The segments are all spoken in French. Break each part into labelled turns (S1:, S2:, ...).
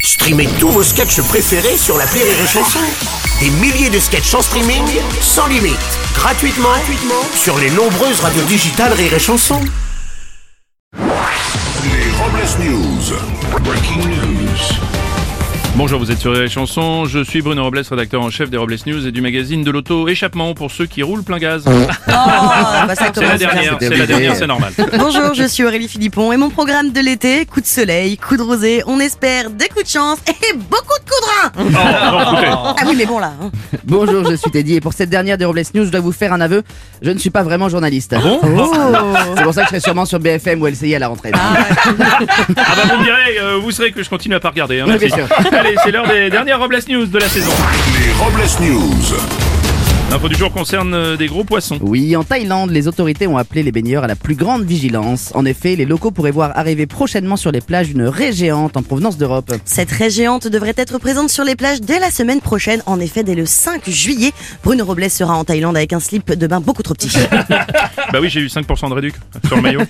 S1: Streamez tous vos sketchs préférés sur la Rire et Chanson. Des milliers de sketchs en streaming, sans limite, gratuitement, gratuitement sur les nombreuses radios digitales Rire et Chanson.
S2: Les Robles News. Breaking news.
S3: Bonjour, vous êtes sur les chansons. Je suis Bruno Robles, rédacteur en chef des Robles News et du magazine de l'auto Échappement pour ceux qui roulent plein gaz.
S4: Euh,
S5: Ah, bah, ça
S3: C'est la
S5: commence bien.
S3: dernière, c'est la dernière, c'est normal. Oh,
S5: Bonjour, je suis Aurélie Philippon et mon programme de l'été, coup de soleil, coup de rosée, on espère des coups de chance et beaucoup de coups de rein.
S3: Oh.
S5: Ah oui, mais bon là. hein.
S4: Bonjour, je suis Teddy et pour cette dernière des Robles News, je dois vous faire un aveu. Je ne suis pas vraiment journaliste. Ah. C'est pour ça que je serai sûrement sur BFM ou LCI à la rentrée.
S3: Ah bah vous me direz, euh, vous serez que je continue à pas regarder. hein,
S4: Oui,
S3: merci.
S4: bien
S3: Allez, c'est l'heure des dernières Robles News de la saison.
S2: Les Robles News.
S3: L'info du jour concerne euh, des gros poissons.
S4: Oui, en Thaïlande, les autorités ont appelé les baigneurs à la plus grande vigilance. En effet, les locaux pourraient voir arriver prochainement sur les plages une raie géante en provenance d'Europe.
S5: Cette raie géante devrait être présente sur les plages dès la semaine prochaine. En effet, dès le 5 juillet, Bruno Robles sera en Thaïlande avec un slip de bain beaucoup trop petit.
S3: Bah oui, j'ai eu 5% de réduc sur le maillot.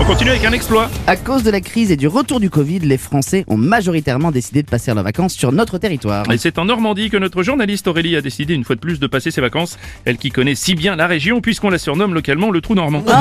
S3: On continue avec un exploit.
S4: À cause de la crise et du retour du Covid, les Français ont majoritairement décidé de passer leurs vacances sur notre territoire.
S3: Et c'est en Normandie que notre journaliste Aurélie a décidé une fois de plus de passer ses vacances. Elle qui connaît si bien la région puisqu'on la surnomme localement le trou normand.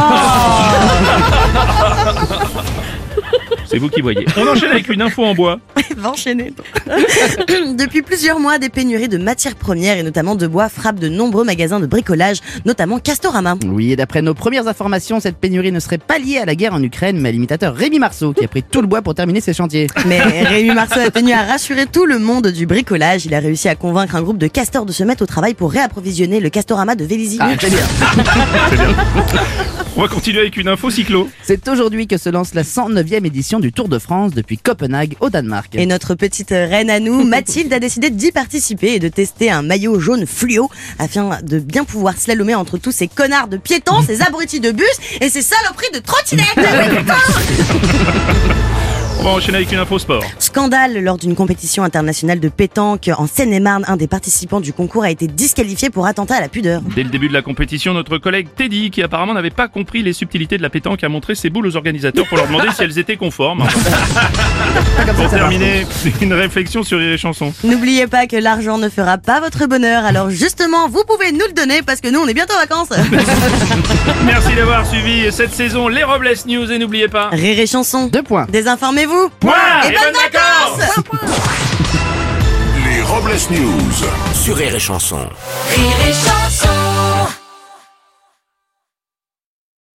S3: c'est vous qui voyez. On enchaîne avec une info en bois.
S5: va enchaîner. Depuis plusieurs mois, des pénuries de matières premières et notamment de bois frappent de nombreux magasins de bricolage, notamment Castorama.
S4: Oui, et d'après nos premières informations, cette pénurie ne serait pas liée à la guerre en Ukraine, mais à l'imitateur Rémi Marceau, qui a pris tout le bois pour terminer ses chantiers.
S5: Mais Rémi Marceau a tenu à rassurer tout le monde du bricolage. Il a réussi à convaincre un groupe de castors de se mettre au travail pour réapprovisionner le castorama de Vélizy.
S4: Ah, très bien.
S3: On va continuer avec une info cyclo.
S4: C'est aujourd'hui que se lance la 109e édition du Tour de France depuis Copenhague au Danemark.
S5: Et notre petite reine à nous, Mathilde, a décidé d'y participer et de tester un maillot jaune fluo afin de bien pouvoir slalomer entre tous ces connards de piétons, ces abrutis de bus et ces saloperies de trottinettes. Oui, putain
S3: On va enchaîner avec une info sport.
S5: Scandale lors d'une compétition internationale de pétanque en Seine-et-Marne, un des participants du concours a été disqualifié pour attentat à la pudeur.
S3: Dès le début de la compétition, notre collègue Teddy, qui apparemment n'avait pas compris les subtilités de la pétanque, a montré ses boules aux organisateurs pour leur demander si elles étaient conformes. pour terminer, une réflexion sur les chansons.
S5: N'oubliez pas que l'argent ne fera pas votre bonheur, alors justement, vous pouvez nous le donner parce que nous, on est bientôt en vacances.
S3: Merci d'avoir suivi cette saison les Robles News et n'oubliez pas.
S5: Rire et chanson.
S4: Deux points.
S5: Désinformez-vous.
S3: Point
S5: Et bonnes vacances
S2: Les Robles News.
S1: Sur Rire et Chanson.
S6: Rire et chanson